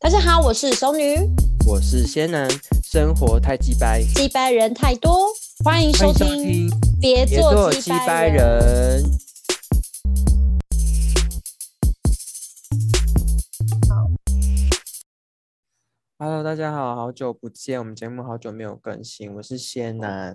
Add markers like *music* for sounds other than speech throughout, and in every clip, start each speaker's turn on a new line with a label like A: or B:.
A: 大家好，我是熟女，
B: 我是仙男，生活太鸡掰，
A: 击败人太多，欢迎收
B: 欢
A: 听，
B: 迎收
A: 别
B: 别
A: 做
B: 做
A: 击
B: 鸡
A: 败
B: 掰
A: 人。
B: 人。Hello，大家好，好久不见，我们节目好久没有更新，我是仙男。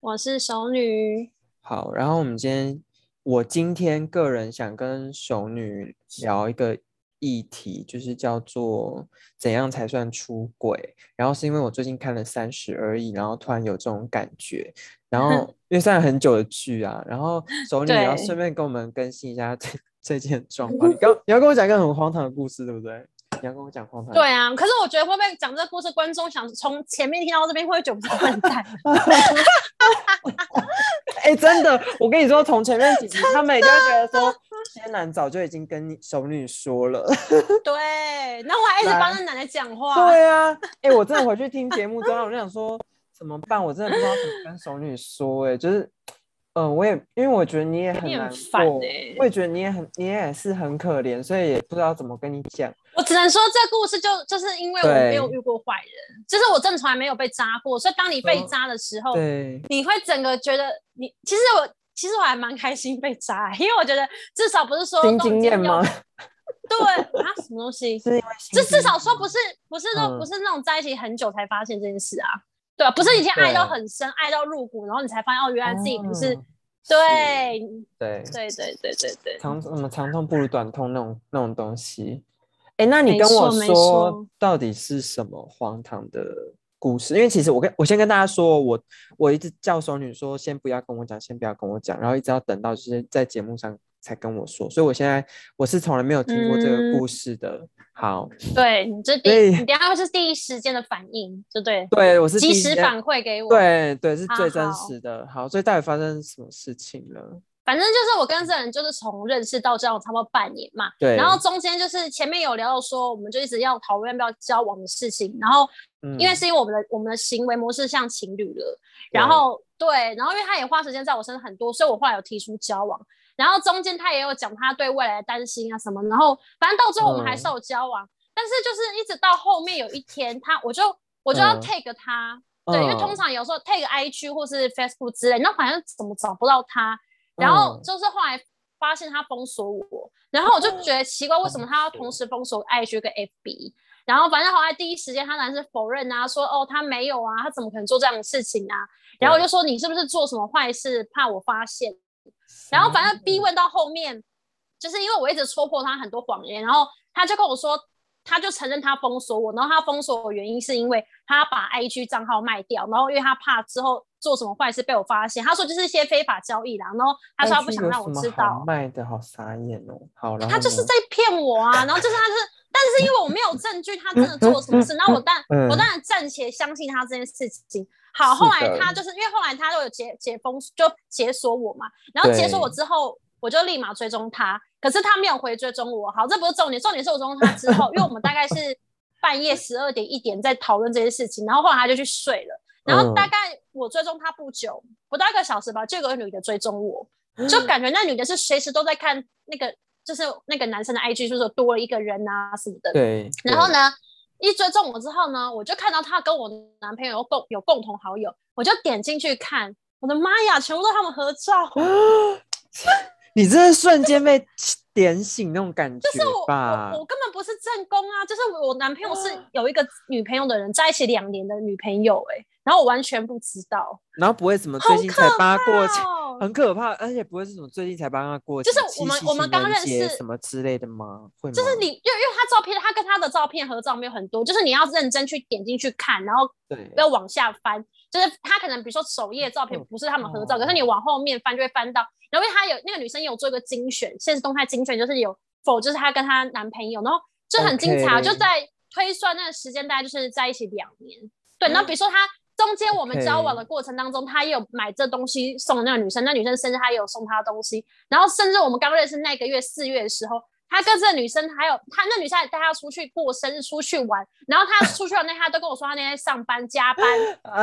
A: 我是熟女，
B: 好，然后我们今天，我今天个人想跟熟女聊一个议题，就是叫做怎样才算出轨。然后是因为我最近看了《三十而已》，然后突然有这种感觉。
A: *laughs*
B: 然后因为算很久的剧啊，然后熟女也要
A: 对
B: 顺便跟我们更新一下 *laughs* 这这件状况。你
A: *laughs*
B: 刚你要跟我讲一个很荒唐的故事，对不对？你要跟我讲荒唐的
A: 对啊，可是我觉得会不会讲这个故事，观众想从前面听到这边会觉得我是笨
B: *laughs*
A: 蛋？
B: 哎、真的，我跟你说，从前面
A: *laughs*
B: 几集，他们也就会觉得说，仙男早就已经跟你熟女说了。
A: 对，那我还一直
B: 来
A: 帮那奶奶讲话。
B: 对啊，哎、我真的回去听节目之后，我就想说怎么办？我真的不知道怎么跟熟女说、哎，就是，嗯、我也因为我觉得你也很
A: 哎你
B: 难
A: 很烦
B: 过，
A: 欸
B: 我也觉得你也很，你也是很可怜，所以也不知道怎么跟你讲。
A: 我只能说这故事就就是因为我
B: 对
A: 没有遇过坏人，就是我真的从来没有被扎过，所以当你被
B: 嗯
A: 扎的时候，
B: 对，
A: 你会整个觉得你其实我其实我还蛮开心被扎，因为我觉得至少不是说
B: 新
A: 都已
B: 经
A: 经
B: 验
A: 要
B: 吗？
A: 对啊，什么东西？
B: *laughs* 是因为
A: 这
B: 这
A: 至少说不是不是说
B: 嗯
A: 不是那种在一起很久才发现这件事啊，对啊，不是已经爱到很深，爱到入骨，然后你才发现哦，原来自己不是。对
B: 对
A: 对对对对对，
B: 长什么长痛不如短痛那种那种东西。哎、那你
A: 没
B: 跟我
A: 错没
B: 说
A: 错
B: 到底是什么荒唐的故事？因为其实我跟我先跟大家说，我我一直叫熟女说先不要跟我讲，先不要跟我讲，然后一直要等到就是在节目上才跟我说，所以我现在我是从来没有听过这
A: 嗯
B: 个故事的。好，
A: 对你这第
B: 所以
A: 你等一下会是第一时间的反应，就对，
B: 对我是
A: 及
B: 第一
A: 时
B: 间
A: 反馈给我。，
B: 对对是
A: 啊
B: 最真
A: 好
B: 实的。好，所以到底发生什么事情了？
A: 反正就是我跟这人就是从认识到交往差不多半年嘛，
B: 对，
A: 然后中间就是前面有聊到说，我们就一直要讨论要不要交往的事情，然后因为
B: 嗯
A: 是因为我们的我们的行为模式像情侣了，然
B: 对
A: 后对，然后因为他也花时间在我身上很多，所以我后来有提出交往，然后中间他也有讲他对未来的担心啊什么，然后反正到最后我们
B: 嗯
A: 还是有交往，但是就是一直到后面有一天他我就我就要
B: 嗯
A: take 他，对，因为
B: 嗯
A: 通常有时候 take IG 或是 Facebook 之类，那反正怎么找不到他，然后
B: 嗯
A: 就是后来发现他封锁我，然后我就觉得奇怪，为什么他要同时封锁 IG 跟 FB？然后反正后来第一时间他当然是否认啊，说哦他没有啊，他怎么可能做这样的事情啊？然后我就说你是不是做什么坏事，怕我发现？然后
B: 嗯
A: 反正逼问到后面，就是因为我一直戳破他很多谎言，然后他就跟我说，他就承认他封锁我，然后他封锁我的原因是因为他把 IG 账号卖掉，然后因为他怕之后做什么坏事被我发现，他说就是一些非法交易啦，然后他说他不
B: IG
A: 想
B: 哎有
A: 让
B: 什
A: 我
B: 么
A: 知
B: 好
A: 道，
B: 卖的好傻眼哦。好，然后
A: 他就是
B: 呢
A: 在骗我啊，然后就是他是，但是因为我没有证据，他真的做了什么事，那我当
B: 嗯
A: 我当然暂且相信他这件事情。好，
B: 是
A: 后来
B: 的
A: 他就是因为后来他都有解解封，就解锁我嘛，然后解锁我之后，我就立马追踪他，可是他没有回追踪我。好，这不是重点，重点是我追踪他之后，因为我们大概是半夜十二点一点在讨论这些事情，然后后来他就去睡了。然后大
B: 嗯
A: 概我追踪他不久，不到一个小时吧，就有个女的追踪我，就感觉那女的是随时都在看那个，就是那个男生的 IG，就是说多了一个人啊什么的。
B: 对，
A: 然后
B: 对？
A: 呢，一追踪我之后呢，我就看到她跟我男朋友有共有共同好友，我就点进去看，我的妈呀，全部都是他们合照。
B: 你真的瞬间被点醒那种感觉
A: 就是我
B: 吧
A: 我？我根本不是正宫啊，就是我我男朋友是有一个女朋友的人，在一起两年的女朋友哎、然后我完全不知道，
B: 然后不会怎么
A: 好
B: 最近才帮他过期，
A: 哦
B: 很可怕，而且不会是什么最近才帮他过期，
A: 就是
B: 七
A: 我们
B: 夕
A: 我们
B: 情
A: 刚
B: 人
A: 认
B: 节
A: 识
B: 什么之类的吗？会吗？
A: 就是你，因为因为他照片，他跟他的照片合照没有很多，就是你要认真去点进去看，然后
B: 对
A: 要往下翻，就是他可能比如说首页照片
B: 嗯
A: 不是他们合照，
B: 哦
A: 可是你往后面翻就会翻到，然后因为他有那个女生也有做一个精选，现实动态精选就是有否就是她跟她男朋友，然后就很精彩，
B: OK
A: 就在推算那个时间大概就是在一起两年，对，那比如说他。中间我们
B: OK
A: 交往的过程当中，他也有买这东西送那个女生，那女生生日他也有送她东西，然后甚至我们刚认识那个月四月的时候，他跟这个女生还有他那女生还带他出去过生日，出去玩，然后他出去玩那天他都跟我说他那天上班加班，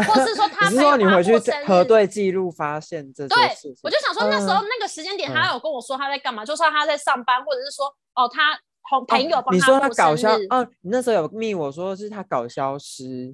A: 或是说他
B: *laughs* 你
A: 朋
B: 是
A: 友
B: 说你
A: 他
B: 回去
A: 过生
B: 核
A: 日
B: 对记录发现这些
A: 对
B: 事情？哦
A: 我就想说那时候那个时间点，他
B: 嗯
A: 有跟我说他在干嘛，就算他在上班，或者是说哦他同朋友帮
B: 你说他
A: 过
B: 搞
A: 生
B: 消
A: 日，
B: 哦，你那时候有密我说是他搞消失，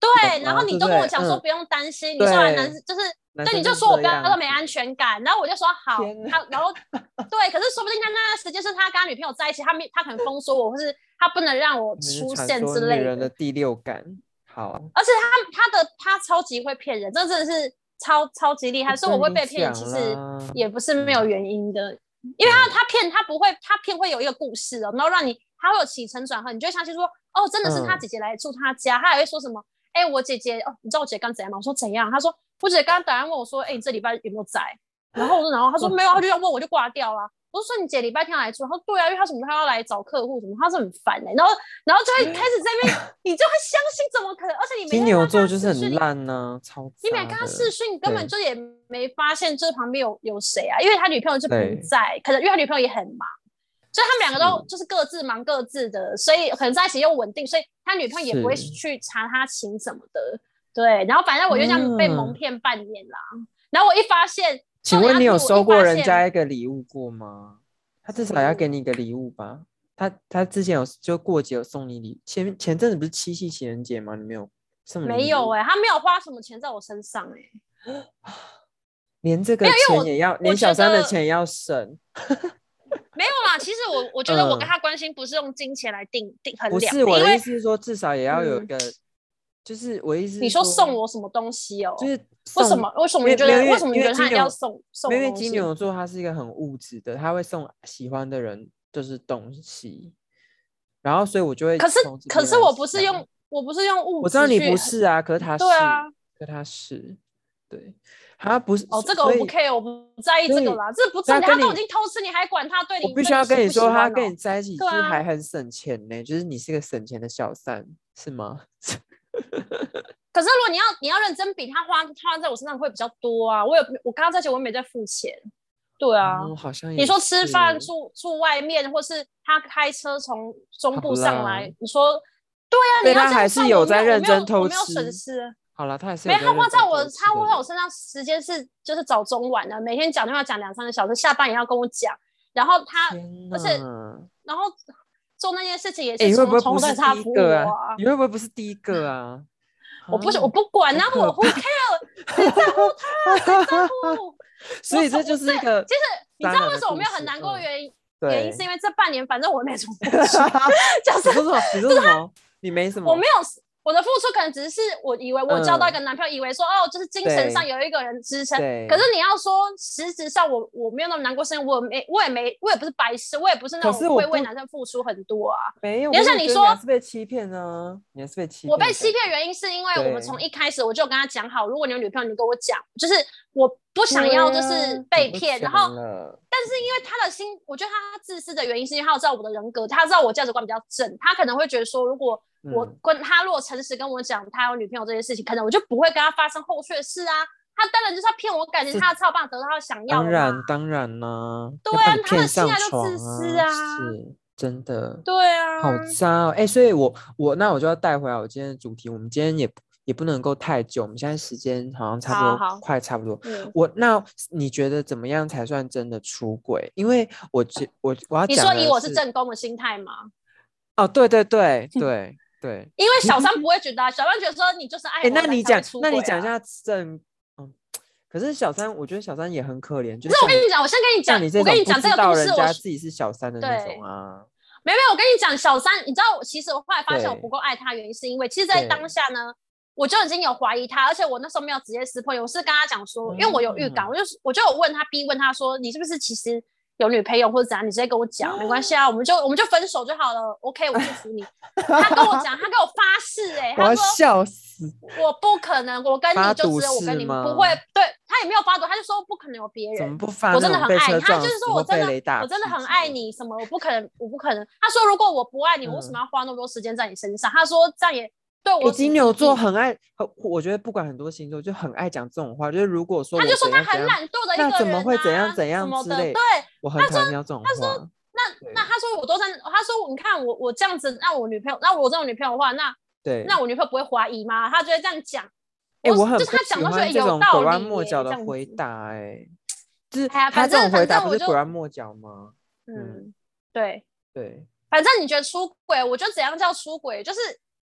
A: 对，
B: 懂
A: 然
B: 吗
A: 后你
B: 对
A: 都
B: 不
A: 跟我
B: 对
A: 讲说
B: 嗯
A: 不用担心，你说来
B: 对
A: 男就是。
B: 男
A: 对，
B: 生
A: 你就
B: 这
A: 说我不要
B: 样
A: 他都没
B: 子
A: 安全感，然后我就说好，
B: 天哪
A: 他然
B: *laughs*
A: 后对，可是说不定他那段时间是他跟他女朋友在一起，他没他可能封锁我，或是他不能让我
B: 你是
A: 出
B: 传
A: 现
B: 说
A: 之
B: 女
A: 类
B: 人的
A: 的。
B: 第六感，好啊，
A: 而且他他的他超级会骗人，这真的是超超级厉害，所以我会被骗，其实
B: 也
A: 也不是没有原因的，
B: 嗯
A: 因为他他骗他不会，他骗会有一个故事哦，然后让你他会有起承转合，你就会相信说，哦，真的是他
B: 嗯
A: 姐姐来住他家，他还会说什么，哎、我姐姐哦，你知道我姐刚怎样吗？我说怎样？他说我姐刚刚打电话问我说，哎、你这礼拜有没有在？然后我说然后他
B: *laughs*
A: 说没有，他就要问我就挂掉了。我就说你姐礼拜天要来住，他说对啊，因为他什么他要来找客户什么，他是很烦欸的、然后然后就会开始在那
B: *laughs*
A: 边，你就会相信怎么可能？而且你每
B: 金
A: 天
B: 牛
A: 跟他
B: 座
A: 视
B: 就是很
A: 讯
B: 烂呢、超
A: 你每
B: 渣
A: 跟他
B: 的
A: 视讯，你根本
B: 对
A: 就也没发现这旁边有有谁啊，因为他女朋友就不
B: 对
A: 在，可能因为他女朋友也很忙，所以他们两个都就是各自忙各自的，所以可能在一起又稳定，所以他女朋友也不会
B: 是
A: 去查他情什么的，对。然后反正我就这样被蒙
B: 嗯
A: 骗半年啦。然后我一发现，
B: 请
A: 重点
B: 问
A: 要
B: 你
A: 是
B: 有
A: 我
B: 收
A: 一
B: 过
A: 发
B: 人
A: 现
B: 家一个礼物过吗？他至少要给
A: 嗯
B: 你一个礼物吧。他他之前有就过节有送你礼，前前阵子不是七夕情人节吗？你没有送你
A: 没
B: 礼
A: 有
B: 物
A: 哎、他没有花什么钱在我身上哎、
B: 连这个
A: 有因为
B: 钱
A: 我
B: 也要，连
A: 觉
B: 小三的
A: 得
B: 钱也要省，
A: 没有啦。其实我我觉得我跟
B: 嗯
A: 他关心不是用金钱来定定衡
B: 不
A: 量
B: 是我
A: 因
B: 的意
A: 为
B: 思是说，至少也要有一
A: 嗯
B: 个，就是我的意思是。
A: 你说送我什么东西哦、
B: 就是
A: 为什
B: 送
A: 么？为什
B: 因
A: 么你觉
B: 没有
A: 得？
B: 因
A: 为什么你
B: 因
A: 觉得他
B: 金
A: 一定要
B: 牛
A: 送送
B: 没
A: 我
B: 有因
A: 东西？
B: 为金牛座他是一个很物质的，他会送喜欢的人就是东西，然后所以我就会
A: 可是
B: 从这
A: 可
B: 边
A: 是
B: 来
A: 我不是
B: 想
A: 用我不是用物质，
B: 我知道你不。是啊，可是他是，
A: 对啊，
B: 可他是，对，他不是
A: 哦，这个
B: 所
A: 我不
B: 以
A: care，我不在意这
B: 所以
A: 个啦，这不重点。
B: 他
A: 他
B: 跟你
A: 都已经偷吃，你还管他对你？
B: 我必须
A: 对
B: 要跟你
A: 喜不
B: 说，
A: 喜
B: 他
A: 欢
B: 跟
A: 哦
B: 你在一起
A: 对
B: 是还
A: 啊
B: 很省钱呢、就是你是个省钱的小三，是吗？ *laughs*
A: 可是如果你要你要认真比，他花花在我身上会比较多啊。我有我刚刚在一起，我也没在付钱。对啊，
B: 哦，好像
A: 你
B: 也
A: 说吃饭
B: 是
A: 住住外面，或是他开车从中部上
B: 好
A: 来
B: 啦，
A: 你说对啊？
B: 对
A: 你要
B: 他
A: 这样
B: 还是
A: 算
B: 有
A: 我没
B: 在认
A: 我没
B: 真
A: 有
B: 偷
A: 我没有
B: 吃
A: 损失啊。
B: 好了，他还是
A: 没有，他
B: 在
A: 花
B: 认
A: 在
B: 真
A: 我
B: 做事
A: 他
B: 的
A: 花在
B: 啦
A: 我身上时间是就是早中晚的，每天讲电话讲两三个小时，下班也要跟我讲，然后他
B: 天
A: 而且
B: 哪
A: 然后做那件事情也
B: 欸
A: 是
B: 你会不
A: 从
B: 会
A: 从
B: 不
A: 头到尾他
B: 是第
A: 服
B: 一
A: 务
B: 个
A: 我
B: 啊？
A: 啊。
B: 你会不会不是第一个啊？
A: *laughs* 我不是
B: 啊
A: 我不管啊，
B: 好
A: 我
B: 可 *laughs*
A: who care，谁在乎他？不
B: 所以
A: 我
B: 这
A: 我
B: 就是一个
A: 其实你知
B: 渣
A: 道
B: 男
A: 为
B: 的
A: 什么我
B: 故
A: 没有
B: 事
A: 很难过的
B: 嗯
A: 原因？ *laughs* 原
B: 对嗯
A: 因是。因为这半年反正我没什么付
B: *laughs* 你
A: 出，就是
B: 说什么？你说什么？你没什么？
A: 啊我没有我的付出，可能只是我以为我交到一
B: 嗯
A: 个男朋友，以为说哦，就是精神上
B: 对
A: 有一个人支撑。
B: 对
A: 可是你要说实质上我我没有那么难过，是因为我没我也没我也不是白痴，我也不是那
B: 可是
A: 种
B: 我
A: 会为
B: 不
A: 男生付出很多啊。
B: 没有。
A: 你
B: 可是
A: 像
B: 我
A: 你
B: 觉得还
A: 说
B: 是被欺骗呢，你还是被欺骗。
A: 我被欺。骗原因是因为我们
B: 对
A: 从一开始我就跟他讲好，如果你有女朋友，你跟我讲，就是我不想要就
B: 对啊
A: 是被
B: 我不
A: 骗，然
B: 想
A: 后。
B: 了
A: 但是因为他的心，我觉得他自私的原因是因为他知道我的人格，他知道我价值观比较正，他可能会觉得说，如果我
B: 嗯
A: 跟他如果诚实跟我讲他有女朋友这件事情，可能我就不会跟他发生后续的事啊。他当然就是要骗我感情，
B: 是
A: 他才有办法得到他想要
B: 当
A: 的
B: 然
A: 嘛。
B: 当然啦，
A: 对
B: 要把
A: 啊
B: 你
A: 他
B: 骗
A: 的心
B: 上
A: 态就
B: 床
A: 自私
B: 啊，
A: 啊
B: 是真的。
A: 对啊，
B: 好渣哦！哎、所以我我那我就要带回来我今天的主题，我们今天也不也不能够太久，我们现在时间好像差不
A: 好
B: 多，
A: 好
B: 快差不多。
A: 嗯，
B: 我那你觉得怎么样才算真的出轨？因为我觉我我要
A: 你
B: 讲
A: 说
B: 的
A: 以我
B: 是
A: 是正宫的心态吗？
B: 哦，对
A: *laughs*
B: 对对对对。
A: 因为小三不会觉得、啊，小三觉得说你就是爱
B: 哎、
A: 我、
B: 那你
A: 才
B: 讲
A: 会出轨
B: 那
A: 啊
B: 你讲一，下正嗯，可是小三，我觉得小三也很可怜，就
A: 不是我跟你讲，我先跟你讲，
B: 像你这
A: 我
B: 种
A: 跟你
B: 不
A: 讲这
B: 知
A: 个
B: 道
A: 故
B: 人
A: 事，我
B: 家自己是小三的那
A: 对
B: 种啊，
A: 没有没有，我跟你讲，小三，你知道，其实我后来发现我
B: 对
A: 不够爱他，原因是因为，其实，在
B: 对
A: 当下呢，我就已经有怀疑他，而且我那时候没有直接撕破脸，我是跟他讲说，因为我有预感，
B: 嗯
A: 我就是我就有问他，逼问他说，你是不是其实有女朋友或者怎样？你直接跟我讲，没关系啊，我们就我们就分手就好了，OK，我祝福你。他跟我讲，他跟我发誓、欸，哎，
B: *laughs* 我要
A: 他说
B: 笑死。
A: 我不可能，我跟
B: 发
A: 你就
B: 毒
A: 只有我
B: 誓
A: 跟你
B: 吗
A: 不会，对他也没有发毒，他就说不可能有别
B: 怎
A: 人
B: 么。不发
A: 我
B: 那
A: 真的
B: 种
A: 很
B: 被
A: 爱
B: 车
A: 你，他
B: 撞
A: 就是
B: 死
A: 说
B: 或
A: 我真
B: 被
A: 的
B: 雷打
A: 我真的
B: 劈
A: 很
B: 之
A: 爱
B: 类的？嗯
A: 你，什么我不可能，我不可能。他说如果我不爱你，我为什么要花那么多时间在你身上？他说这样也对我
B: 欸
A: 有什么
B: 金牛
A: 意义
B: 座很爱，很我觉得不管很多星座就很爱讲这种话，就是如果说
A: 他
B: 我
A: 就说
B: 怎
A: 他
B: 样怎
A: 很
B: 样，
A: 懒惰的一个
B: 那
A: 人、啊，
B: 怎么会怎样怎样
A: 什么
B: 之
A: 的。
B: 类
A: 对，
B: 我很讨厌听到这种话。
A: 那
B: 对
A: 那他说我都在，他说你看我我这样子，那我女朋友，那我这种女朋友的话，那
B: 对，
A: 那我女朋友不会怀疑吗？他就会这样讲。
B: 哎，我
A: 我
B: 很
A: 就是
B: 不
A: 他讲
B: 喜
A: 都觉得
B: 欢这
A: 有
B: 种
A: 道
B: 拐弯
A: 理
B: 抹
A: 耶
B: 角
A: 这
B: 的
A: 样
B: 回
A: 子
B: 答，
A: *laughs*
B: 哎，就是
A: 哎呀
B: 他
A: 反
B: 这
A: 正
B: 种回
A: 反
B: 答
A: 正
B: 不
A: 我
B: 是
A: 就
B: 拐弯抹角吗？
A: 嗯
B: 嗯，
A: 对。
B: 对，
A: 反正你觉得出轨，我觉得怎样叫出轨，就是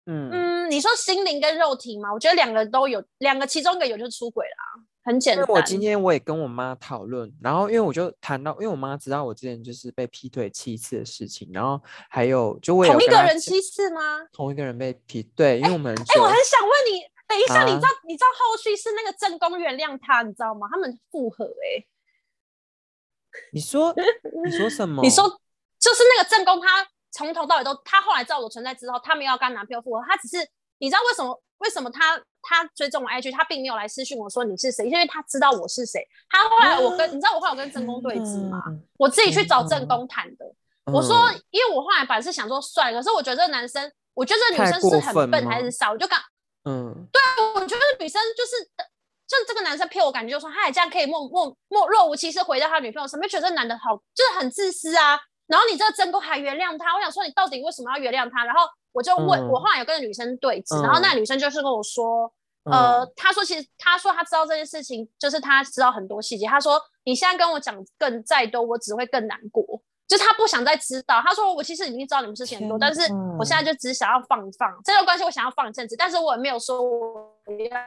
B: 嗯，
A: 嗯，你说心灵跟肉体嘛，我觉得两个都有，两个其中一个有就是出轨啦，很简
B: 因
A: 单
B: 为。我今天我也跟我妈讨论，然后因为我就谈到，因为我妈知道我之前就是被劈腿七次的事情，然后还有就我也有
A: 同一
B: 跟
A: 个
B: 她
A: 人
B: 讲
A: 七次吗？
B: 同一个人被劈，对，因为我们
A: 哎、
B: 就
A: 我很想问你，等一下，你知道、
B: 啊
A: 你知道后续是那个正宫原谅他，你知道吗？他们复合哎、
B: 你说你说什么？
A: *laughs* 你说就是那个正宫，他从头到尾都，他后来知道我存在之后，他没有要跟她男朋友复合，他只是你知道为什么？为什么他他追踪我 IG，他并没有来私讯我说你是谁，因为他知道我是谁。他后来我跟、你知道我后来有跟正宫对峙吗？
B: 哦嗯？
A: 我自己去找
B: 嗯
A: 正宫谈的。我说
B: 嗯，
A: 因为我后来本来是想说算了，可是我觉得这个男生，我觉得这个女
B: 太
A: 生
B: 过
A: 是
B: 分
A: 很笨还
B: 吗
A: 是傻，我就刚
B: 嗯，
A: 我觉得女生就是，呃就这个男生骗我，感觉就说他也这样可以默默默若无其事回到他女朋友身边，觉得这男的好就是很自私啊。然后你这个真公还原谅他，我想说你到底为什么要原谅他？然后我就问，
B: 嗯
A: 我后来有跟女生对峙，
B: 嗯
A: 然后那女生就是跟我说，
B: 嗯
A: 呃，她说其实她说她知道这件事情，就是她知道很多细节。她说你现在跟我讲更再多，我只会更难过。就是她不想再知道，她说我其实已经知道你们事情很多，
B: 天
A: 但是我现在就只想要放一放这段关系，我想要放一阵子，但是我也没有说我要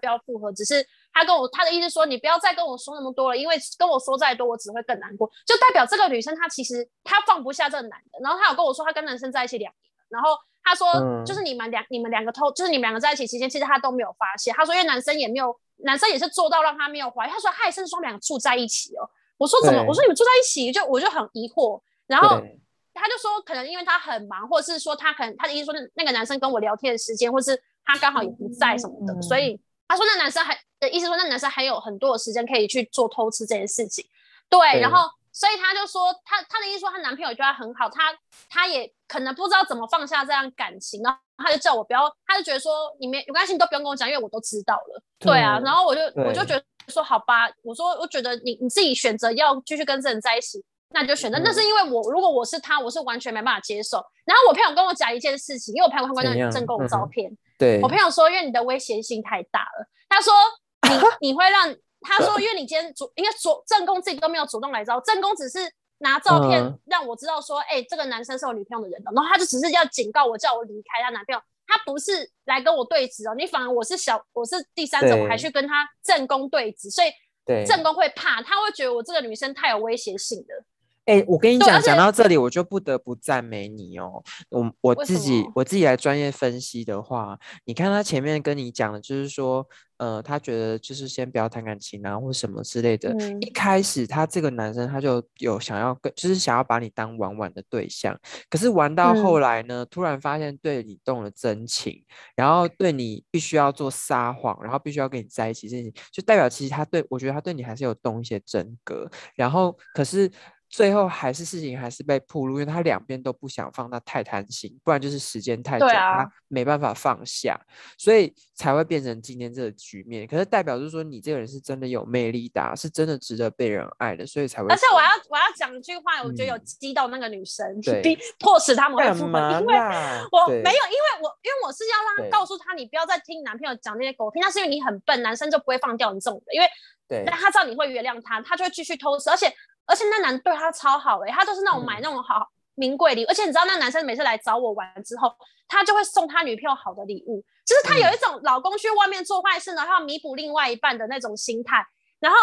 A: 不要复合，只是她跟我她的意思是说你不要再跟我说那么多了，因为跟我说再多我只会更难过，就代表这个女生她其实她放不下这个男的，然后她有跟我说她跟男生在一起两年了，然后她说
B: 嗯
A: 就是你们两、你们两个偷，就是你们两个在一起期间，其实她都没有发现，她说因为男生也没有男生也是做到让她没有怀疑，她说她还甚至说他们两个住在一起哦，我说怎么
B: 对
A: 我说你们住在一起就我就很疑惑，然后。
B: 对
A: 他就说可能因为他很忙，或者是说他可能他的意思说那那个男生跟我聊天的时间，或是他刚好也不在什么的，
B: 嗯
A: 所以他说那男生还的意思说那男生还有很多的时间可以去做偷吃这件事情，对，
B: 对
A: 然后所以他就说他他的意思说她男朋友对她很好，他他也可能不知道怎么放下这样感情，然后他就叫我不要，他就觉得说你没有关系，你都不用跟我讲，因为我都知道了，对啊，然后我就我就
B: 对
A: 觉得说好吧，我说我觉得你你自己选择要继续跟这人在一起，那你就选择。
B: 嗯
A: 那是因为我如果我是他，我是完全没办法接受。然后我朋友跟我讲一件事情，因为我朋友看过
B: 怎
A: 那
B: 样
A: 正宫
B: 嗯
A: 照片，
B: 对，
A: 我朋友说因为你的危险性太大了，他说
B: *laughs*
A: 你你会让他说因为你今天主因为主正宫自己都没有主动来招，正宫只是。拿照片
B: 嗯
A: 让我知道说，哎、这个男生是有女朋友的人哦，然后他就只是要警告我，叫我离开他男朋友，他不是来跟我对峙哦，你反而我是小，我是第三者，
B: 对
A: 我还去跟他正宫对峙，所以
B: 对
A: 正宫会怕，他会觉得我这个女生太有威胁性了。
B: 哎、我跟你
A: 对而
B: 讲，
A: 且
B: 讲到这里，我就不得不赞美你哦。我我
A: 为
B: 自
A: 什
B: 己
A: 么
B: 我自己来专业分析的话，你看他前面跟你讲的，就是说，呃，他觉得就是先不要谈感情啊，或什么之类的。
A: 嗯
B: 一开始他这个男生他就有想要跟，就是想要把你当玩玩的对象，可是玩到
A: 嗯
B: 后来呢，突然发现对你动了真情，然后对你必须要做撒谎，然后必须要跟你在一起这件事情，就代表其实他对我觉得他对你还是有动一些真格，然后可是最后还是事情还是被暴露，因为他两边都不想放，他太贪心，不然就是时间太久，
A: 对啊
B: 他没办法放下，所以才会变成今天这个局面。可是代表就是说，你这个人是真的有魅力的啊、是真的值得被人爱的，所以才会说。
A: 而且我要我要讲一句话，我觉得有
B: 嗯
A: 激到那个女生，
B: 对
A: 逼迫使他们会
B: 干
A: 复
B: 嘛
A: 婚，因为
B: 啦？
A: 我
B: 对
A: 没有，因为我因为我是要让
B: 对
A: 他告诉他，你不要再听你男朋友讲那些狗屁，那是因为你很笨，男生就不会放掉你这种的，因为
B: 对
A: 那他知道你会原谅他，他就会继续偷吃，而且而且那男对他超好哎、欸，他就是那种买
B: 嗯
A: 那种好名贵礼物，而且你知道那男生每次来找我玩之后，他就会送他女朋友好的礼物，就是他
B: 嗯
A: 有一种老公去外面做坏事，然后要弥补另外一半的那种心态，然后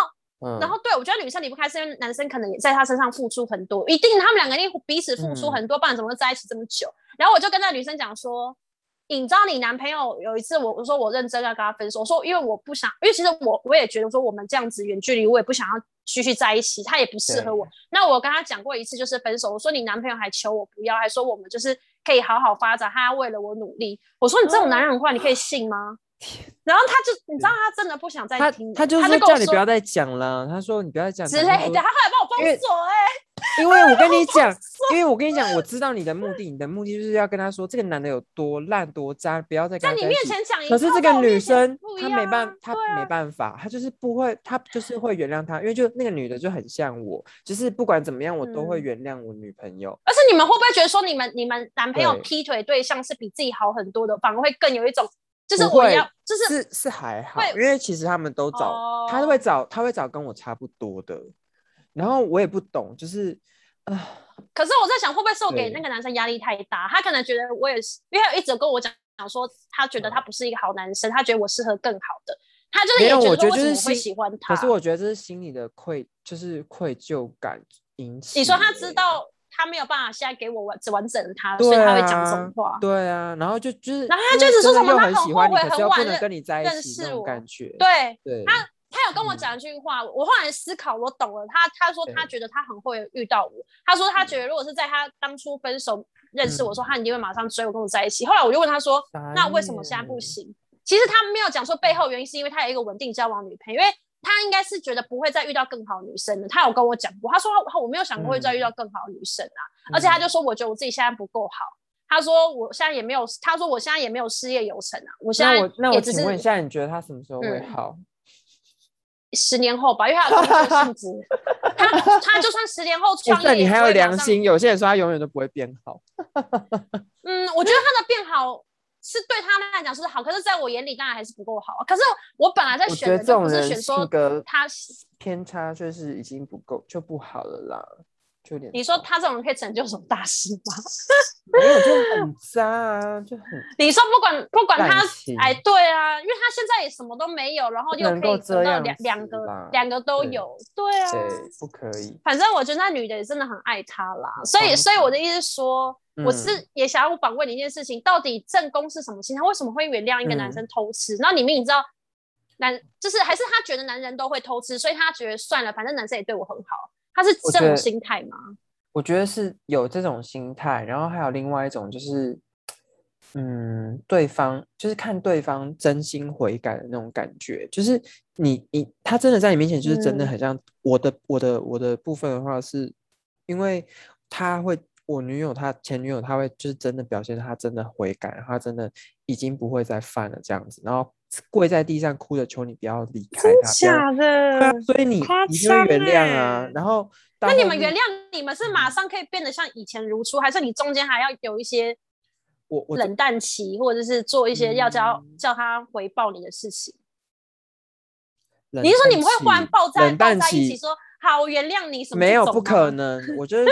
B: 嗯，
A: 然后对我觉得女生离不开，是因为男生可能也在她身上付出很多，一定他们两个一定彼此付
B: 嗯
A: 出很多，不然怎么会在一起这么久？然后我就跟那女生讲说，你知道你男朋友有一次我我说我认真要跟他分手，我说因为我不想，因为其实我我也觉得说我们这样子远距离，我也不想要继续在一起，他也不适合我。那我跟他讲过一次就是分手，我说你男朋友还求我不要，还说我们就是可以好好发展，他要为了我努力。我说你这种男人很坏，你可以信吗？然后他就你知道他真的不想再
B: 他
A: 听了，
B: 他就
A: 他
B: 是
A: 就跟
B: 叫
A: 我
B: 你
A: 说
B: 不要再讲了，他说你不要再讲
A: 之
B: 了他
A: 类
B: 说
A: 的，他后来帮我
B: 因为
A: 封锁哎、
B: 因为我跟你讲，因为我跟你讲，我知道你的目的，你的目的就是要跟他说，这个男的有多烂多渣，不要再跟
A: 在
B: 他
A: 你
B: 在一
A: 面
B: 起。
A: 前讲一
B: 可是
A: 套
B: 这
A: 在
B: 个
A: 我
B: 女
A: 面前
B: 生
A: 不，一
B: 她
A: 样
B: 没办
A: 啊，
B: 她
A: 对啊
B: 没办法，她就是不会，她就是会原谅他，因为就那个女的就很像我，就是不管怎么样，我都
A: 嗯
B: 会原谅我女朋友。
A: 而且你们会不会觉得说，你们你们男朋友
B: 对
A: 劈腿对象是比自己好很多的，反而会更有一种，就是
B: 不
A: 我
B: 会
A: 要，就是
B: 是是还好
A: 会，
B: 因为其实他们都找，他
A: 哦
B: 会找，他会找跟我差不多的，然后我也不懂，就是啊，
A: 可是我在想，会不会是我给那个男生压力太大？他可能觉得我也是，因为他有一直跟我讲讲说，他觉得他不是一个好男生，他觉得我适合更好的。他就是
B: 没
A: 也
B: 有，我
A: 觉得
B: 觉得
A: 为什
B: 就是
A: 么会
B: 心
A: 喜欢他？
B: 可是我觉得这是心里的愧，就是愧疚感引起。
A: 你说他知道他没有办法现在给我完完整的他，所
B: 对
A: 以
B: 啊，
A: 他会讲这种话。
B: 对啊，然后就就是，
A: 然后他
B: 因
A: 就
B: 为
A: 一直说
B: 真的
A: 什么
B: 又
A: 他
B: 很
A: 很
B: 喜
A: 后
B: 欢你，
A: 悔
B: 可
A: 很
B: 是又
A: 晚
B: 不能
A: 认
B: 跟你在
A: 认
B: 一起那
A: 识
B: 种
A: 我
B: 感觉。
A: 对
B: 对，
A: 他他有跟我讲一句话，我后来思考，我懂了。他他说
B: 嗯对嗯
A: 他觉得他很会遇到我，他说他觉得如果是在他当初分手认识我的时候，他一定会马上追我跟我在一起。后来我就问他说，
B: 傻
A: 那为什么现在不
B: 眼？
A: 行？其实他没有讲说背后原因，是因为他有一个稳定交往女朋友，因为他应该是觉得不会再遇到更好的女生了。他有跟我讲过，他说他我没有想过会再遇
B: 嗯
A: 到更好的女生啊，而且他就说我觉得我自己现在不够好。他说：“我现在也没有，他说我现在也没有事业有成啊，我现在
B: 那我那我
A: 也只
B: 请问一
A: 是
B: 下，你觉得他什么时候会
A: 嗯
B: 好？
A: 十年后吧，因为他有工作性质，
B: *laughs*
A: 他他就算十年后
B: 就
A: 创业，
B: 算哎你还
A: 也不
B: 有
A: 会马
B: 良
A: 上
B: 心，有些人说他永远都不会变好。
A: 嗯，我觉得他的变好是对他来讲是好，可是在我眼里当然还是不够好啊。可是我本来在
B: 我
A: 选
B: 觉得
A: 的
B: 这
A: 就不
B: 种
A: 是
B: 人
A: 选说
B: 性格
A: 他，
B: 偏差就是已经不够就不好了啦，就有点
A: 你说
B: 糟
A: 他这种人可以成就什么大事吗？ *laughs*
B: 没有就很 *laughs* 渣啊，就很
A: 你说不管不管他
B: 烂情，
A: 哎，对啊，因为他现在也什么都没有，然后
B: 不
A: 又
B: 能
A: 可以
B: 够
A: 得
B: 这
A: 到
B: 样
A: 两
B: 子
A: 两个
B: 啦
A: 两个都
B: 对
A: 有，对啊，
B: 对，不可以。
A: 反正我觉得那女的也真的很爱他啦，所以
B: 荒
A: 所以我的意思是说，我
B: 嗯
A: 是也想要反问你一件事情：到底正宫是什么心态？为什么会原谅一个男
B: 嗯
A: 生偷吃？然后里面你知道，男就是还是他觉得男人都会偷吃，所以他觉得算了，反正男生也对我很好，他是
B: 我
A: 这
B: 觉
A: 种
B: 得
A: 心态吗？
B: 我觉得是有这种心态，然后还有另外一种就是，嗯，对方就是看对方真心悔改的那种感觉，就是你你他真的在你面前就是真的
A: 嗯
B: 很像我的、我的我的部分的话是，因为他会我女友她前女友她会就是真的表现她真的悔改，然后她真的已经不会再犯了这样子，然后跪在地上哭着求你不要离开他，不要对啊
A: 的
B: 所以你
A: 夸
B: 你就会
A: 张
B: 原谅
A: 欸
B: 啊，然后到
A: 那你
B: 后
A: 们
B: 面
A: 原谅你们是马上可以变得像以前如初，还是你中间还要有一些
B: 我我
A: 冷淡期，或者是做一些要叫、
B: 嗯
A: 叫他回报你的事情？
B: 冷
A: 你是说
B: 淡
A: 你们会忽然
B: 期
A: 爆炸
B: 冷
A: 爆
B: 淡
A: 在一
B: 期
A: 起说好，我原谅你什么？
B: 没有
A: 这种
B: 不可
A: 吗。
B: 能，我觉得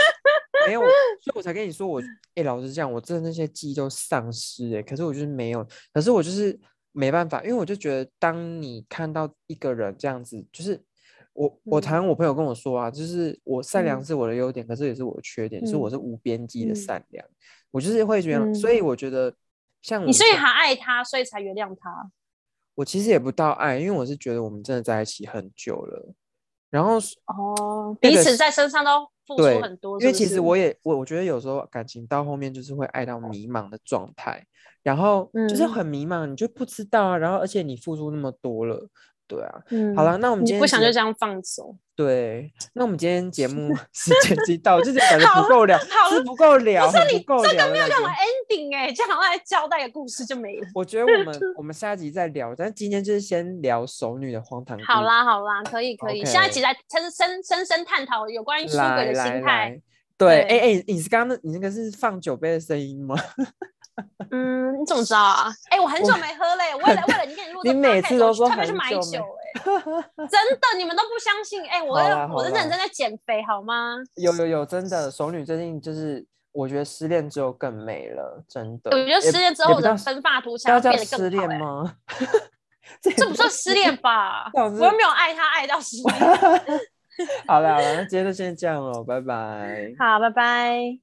A: *laughs*
B: 没有，所以我才跟你说我，哎、老实讲，我真的那些记忆都丧失哎、可是我就是没有，可是我就是没办法，因为我就觉得，当你看到一个人这样子，就是我我常
A: 嗯
B: 常我朋友跟我说啊，就是我善良
A: 嗯
B: 是我的优点，可是也是我的缺点，就是
A: 嗯
B: 我是无边际的
A: 嗯
B: 善良，我就是会觉得，所
A: 嗯
B: 以我觉得像我
A: 你
B: 们
A: 所以
B: 这
A: 还爱他，所以才原谅他。
B: 我其实也不到爱，因为我是觉得我们真的在一起很久了，然后是
A: 哦，
B: 那
A: 彼
B: 个
A: 此
B: 是
A: 在身上都付
B: 对
A: 出很多，
B: 因为
A: 是不
B: 其
A: 是
B: 实我也我我觉得有时候感情到后面就是会爱到迷茫的状态，然后就是
A: 嗯
B: 很迷茫，你就不知道啊，然后而且你付出那么多了，对啊。
A: 嗯
B: 好了，，那我们今
A: 你
B: 天
A: 不想就
B: 节
A: 这样放走？ *laughs*
B: 对，那我们今天节目时间已经到了，就是感觉不够聊，
A: 好
B: 是不够聊，
A: 不是
B: 很
A: 你
B: 不够
A: 真
B: 聊
A: 的
B: 的
A: 没有
B: 感
A: 让我
B: 觉
A: ending 哎、这样好像来交代个故事就没了。
B: 我觉得
A: *laughs*
B: 我们我们下集再聊，但今天就是先聊熟女的荒唐。
A: 好，啦好啦，可以可以，
B: 嗯 OK
A: 下一集来深深深深探讨有关于出轨
B: 来
A: 的
B: 来
A: 心态。
B: 来，对，哎
A: 对
B: 哎，你是刚刚那你那个是放酒杯的声音吗？
A: 嗯，你怎么知道啊？哎、我很久没喝
B: *laughs*
A: 嘞、为了为了你跟你录这
B: 你每
A: podcast，
B: 次都
A: 我去
B: 说
A: 特别去
B: 很
A: 买
B: 久
A: 酒哎、
B: *laughs*
A: 真的你们都不相信哎、我
B: 好啦
A: 我是
B: 好啦
A: 认真在减肥好吗？
B: 有有有，真的，熟女最近就是，我觉得失恋之后更美了，真的。
A: 我觉得
B: 也
A: 失恋之
B: 也
A: 后
B: 不
A: 我
B: 叫
A: 的
B: 失
A: 分发图强
B: 要叫
A: 变得更好、
B: 失恋
A: 哎
B: 吗？ *laughs* 这也
A: 这不算失恋
B: *laughs*
A: 吧？
B: 这
A: 我
B: 样
A: 又
B: 子
A: 没有爱他爱到失恋。
B: 好了好了，那今天就先这样了，拜拜。
A: 好，拜拜。